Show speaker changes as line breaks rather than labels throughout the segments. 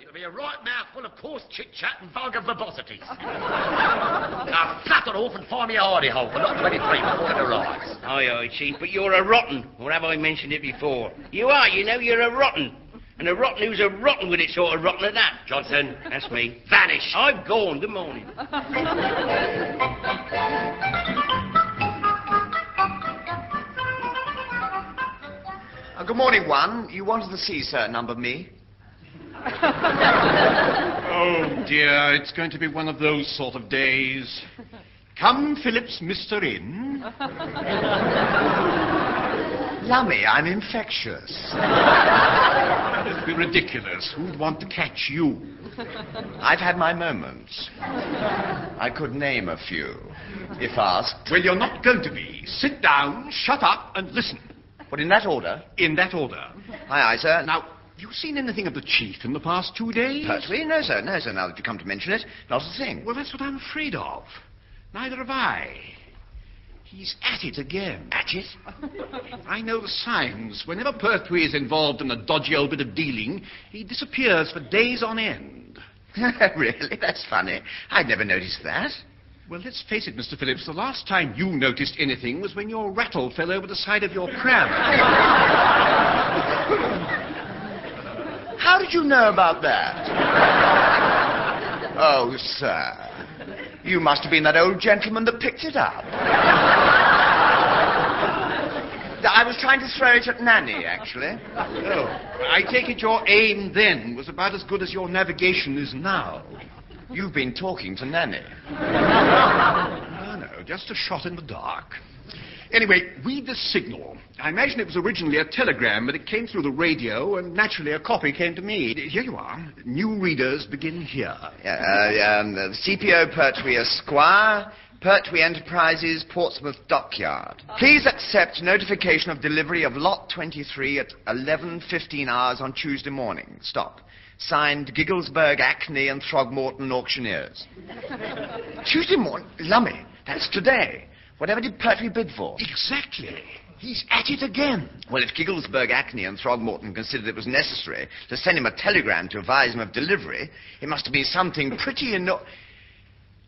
It'll be a right mouthful of coarse chit-chat and vulgar verbosities. now, flutter off and find me a hidey hole for not 23 before it arrives.
Aye, aye, Chief, but you're a rotten, or have I mentioned it before? You are, you know, you're a rotten. And a rotten who's a rotten with it sort of rotten at that.
Johnson,
That's me.
vanish.
I'm gone. Good morning.
Uh, good morning, one. You wanted to see certain number me.
Oh dear, it's going to be one of those sort of days. Come, Phillips, Mr. In.
Lummy, I'm infectious.
It'd be ridiculous. Who'd want to catch you?
I've had my moments. I could name a few, if asked.
Well, you're not going to be. Sit down, shut up, and listen.
But in that order.
In that order.
Aye, aye, sir.
Now, have you seen anything of the chief in the past two days?
Pertwee? No, sir. No, sir. Now that you come to mention it, not a thing.
Well, that's what I'm afraid of. Neither have I. He's at it again. At it? I know the signs. Whenever Pertwee is involved in a dodgy old bit of dealing, he disappears for days on end.
really? That's funny. I'd never noticed that.
Well, let's face it, Mr. Phillips, the last time you noticed anything was when your rattle fell over the side of your pram.
How did you know about that? oh, sir. You must have been that old gentleman that picked it up. I was trying to throw it at Nanny, actually.
Oh, I take it your aim then was about as good as your navigation is now.
You've been talking to Nanny.
No, no, just a shot in the dark. Anyway, read the signal. I imagine it was originally a telegram, but it came through the radio, and naturally a copy came to me. Here you are. New readers begin here.
Uh, um, the CPO Pertwee Esquire, Pertwee Enterprises, Portsmouth Dockyard. Please accept notification of delivery of lot 23 at 11.15 hours on Tuesday morning. Stop. Signed Gigglesburg, Acne and Throgmorton Auctioneers. Tuesday morning? Lummy, that's today. Whatever did Pertwee bid for?
Exactly. He's at it again.
Well, if Gigglesburg, Acne, and Throgmorton considered it was necessary to send him a telegram to advise him of delivery, it must have been something pretty eno-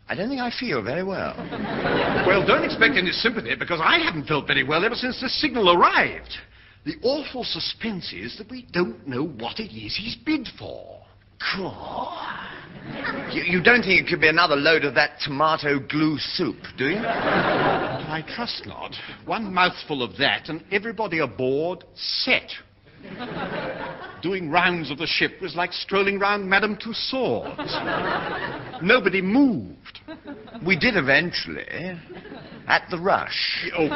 I don't think I feel very well.
Well, don't expect any sympathy because I haven't felt very well ever since this signal arrived. The awful suspense is that we don't know what it is he's bid for. Craw.
You, you don't think it could be another load of that tomato glue soup, do you?
I trust not. One mouthful of that, and everybody aboard set. Doing rounds of the ship was like strolling round Madame Tussauds. Nobody moved.
We did eventually. At the rush.
Oh,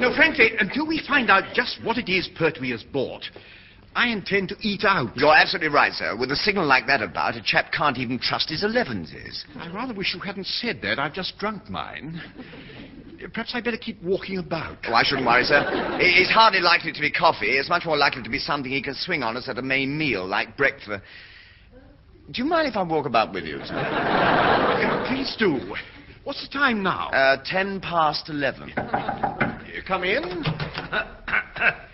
no, frankly, until we find out just what it is Pertwee has bought, I intend to eat out.
You're absolutely right, sir. With a signal like that about, a chap can't even trust his elevenses.
I rather wish you hadn't said that. I've just drunk mine. Perhaps I better keep walking about.
Oh, I shouldn't worry, sir. I- It's hardly likely to be coffee. It's much more likely to be something he can swing on us at a main meal, like breakfast. Do you mind if I walk about with you, sir?
Please do. What's the time now?
Uh, ten past eleven.
You come in.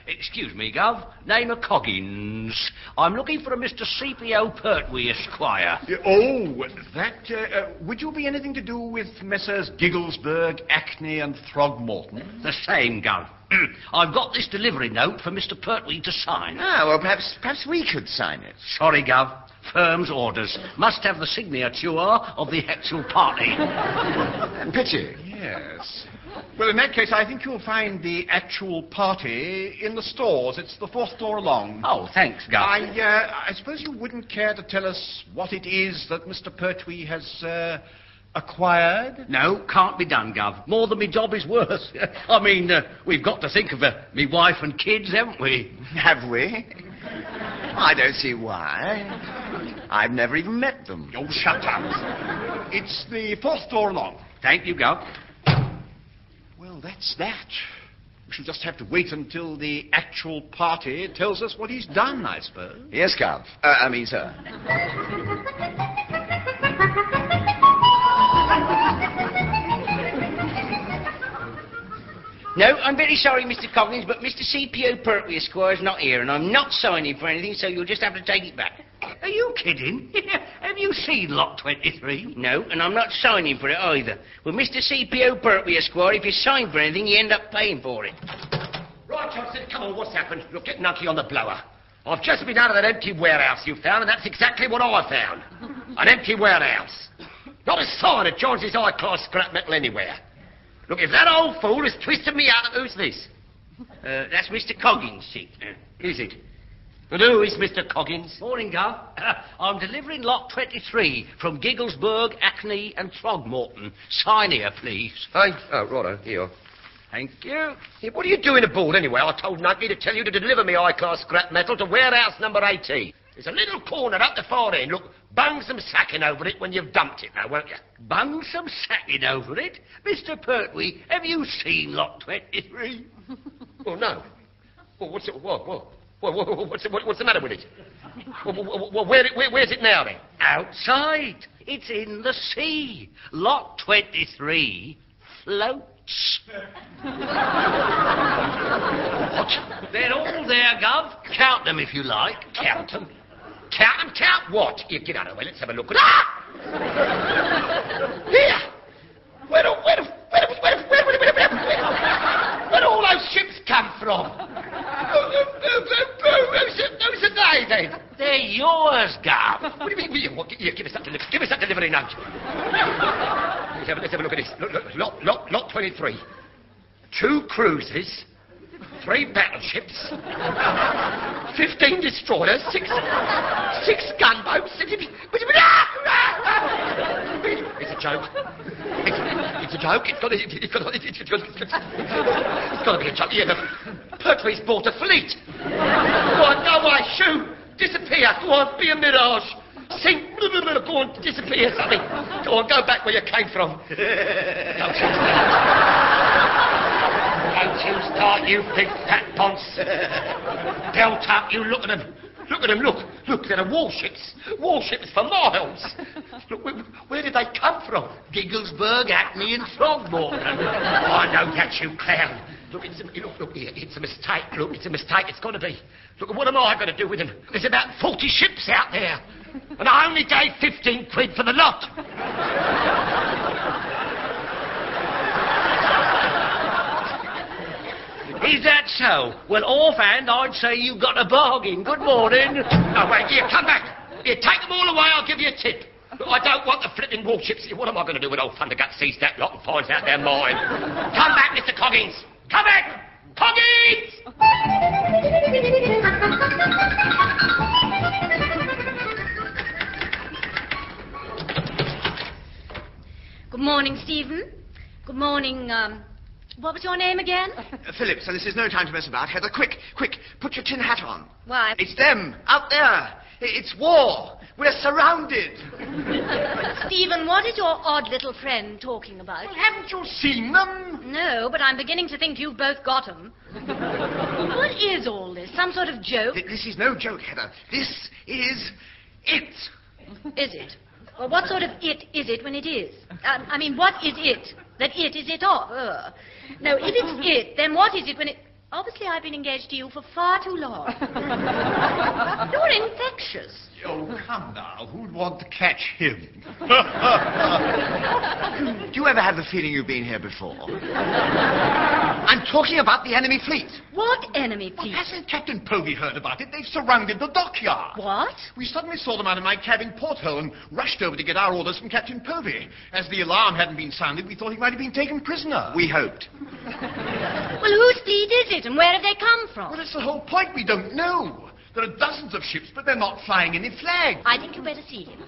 Excuse me, Gov. Name of Coggins. I'm looking for a Mr. CPO Pertwee, Esquire.
Oh, that. Uh, uh, would you be anything to do with Messrs. Gigglesburg, Acne, and Throgmorton?
The same, Gov. I've got this delivery note for Mr. Pertwee to sign.
Ah, well, perhaps, perhaps we could sign it.
Sorry, Gov. Firm's orders. Must have the signature of the actual party.
And Uh, pity.
Yes. Well, in that case, I think you'll find the actual party in the stores. It's the fourth door along.
Oh, thanks, Gov.
I, uh, I suppose you wouldn't care to tell us what it is that Mr. Pertwee has uh, acquired?
No, can't be done, Gov. More than me job is worse. I mean, uh, we've got to think of uh, me wife and kids, haven't we?
Have we? I don't see why. I've never even met them.
Oh, shut up. It's the fourth door along.
Thank you, Gov.
Well, that's that. We shall just have to wait until the actual party tells us what he's done, I suppose.
Yes, Gov. Uh, I mean, sir.
No, I'm very sorry, Mr. Coggins, but Mr. CPO Pertwee Esquire's not here, and I'm not signing for anything, so you'll just have to take it back.
Are you kidding? Have you seen Lot 23?
No, and I'm not signing for it either. Well, Mr. CPO Pertwee Esquire, if you sign for anything, you end up paying for it.
Right, Johnson, come on, what's happened? You're getting ugly on the blower. I've just been out of that empty warehouse you found, and that's exactly what I found. An empty warehouse. Not a sign of John's high-class scrap metal anywhere. Look, if that old fool has twisted me out, who's this? Uh,
Uh, that's Mr. Coggins, see.
Is it? And who is Mr. Coggins?
Morning, Gov. I'm delivering lot 23 from Gigglesburg, Acne, and Throgmorton. Sign here, please.
Hey, oh, righto, here you are.
Thank you.
Hey, what are you doing aboard anyway? I told Nutley to tell you to deliver me high-class scrap metal to warehouse number 18. There's a little corner up the far end. Look, bung some sacking over it when you've dumped it now, won't you?
Bung some sacking over it. Mr. Pertwee, have you seen lot 23?
Well, no. Well, what's it? What? What? What, what, what's, it- what, what's the matter with it? Well, well, well, where, where, where's it now, then?
Outside. It's in the sea. Lot 23 floats. They're all there, Gov. Count them if you like.
Count 'em. Count 'em, count what? Here, get out of the way. Let's have a look at Ah! Here! Where, do- where, do- where, do- where, do- where, do- where, do- where, do- where, do- where do all those ships come from? Who- who- who- who- Who's who's the they, then?
They're yours, Gov.
What do you mean? What, here, give us that delivery. Give us that delivery note. let's, have, a- let's have a look at this. Look, look, lot, lot, lot 23. Two cruisers, three battleships, 15 destroyers, six, six gunboats. It's a joke. It's, it's a joke. It's got to, it's got to, it's got to, it's got to be a joke. Yeah, look. Pertwee's bought a fleet. Go on, go away, shoo! Disappear! Go on, be a mirage! Sink! Blah, blah, blah, Go on, disappear, something! Go on, go back where you came from! Don't you start! Don't you start, you big fat ponce! Belt up, you look at them! Look at them, look! Look, they're the warships! Warships for miles! Look, where, where did they come from?
Gigglesburg, Acme, and Throgmorton.
I know that, you clown. Look, it's a, look, look, here, it's a mistake. Look, it's a mistake. It's got to be. Look, what am I going to do with them? There's about 40 ships out there. And I only gave 15 quid for the lot.
Is that so? Well, offhand, I'd say you got a bargain. Good morning.
No, Oh, wait, here, come back. Here, take them all away. I'll give you a tip. Look, I don't want the flipping warships. What am I going to do when old Thundergut sees that lot and finds out they're mine? Come back, Mr. Coggins. Come back. Coggins!
Good morning, Stephen. Good morning, um, what was your name again?
Uh, Philip, so this is no time to mess about. Heather, quick, quick, put your tin hat on.
Why?
It's them, out there. I- It's war. We're surrounded.
Stephen, what is your odd little friend talking about?
Haven't you seen them?
No, but I'm beginning to think you've both got 'em. what is all this? Some sort of joke?
Th- This is no joke, Heather. This is it.
Is it? Well, what sort of it is it when it is? Um, I mean, what is it that it is it of? Uh, no, if it's it, then what is it when it? Obviously, I've been engaged to you for far too long. You're infectious.
Oh, come now. Who'd want to catch him?
Do you ever have the feeling you've been here before? I'm talking about the enemy fleet.
What enemy, please?
Hasn't Captain Povey heard about it? They've surrounded the dockyard.
What?
We suddenly saw them out of my cabin porthole and rushed over to get our orders from Captain Povey. As the alarm hadn't been sounded, we thought he might have been taken prisoner.
We hoped.
Well, whose fleet is it, and where have they come
Well,
from?
that's the whole point. We don't know. There are dozens of ships, but they're not flying any flag.
I think you better see him.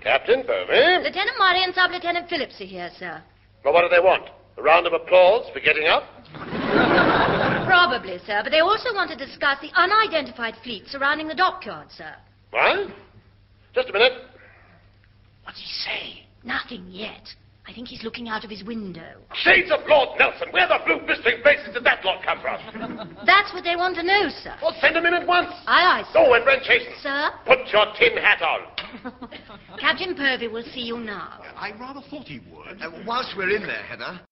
Captain Povey?
Uh, Lieutenant Murray and Sub-Lieutenant Phillips are here, sir.
Well, what do they want? A round of applause for getting up?
Probably, sir, but they also want to discuss the unidentified fleet surrounding the dockyard, sir.
Why? Just a minute.
What's he say? Nothing yet. I think he's looking out of his window.
Shades of Lord Nelson, where the blue blistering faces did that lot come from?
That's what they want to know, sir.
Well, send them in at once.
Aye, aye, sir.
Go and run chasing.
Sir,
Put your tin hat on.
Captain Purvey will see you now.
I rather thought he would.
Uh, whilst we're in there, Heather,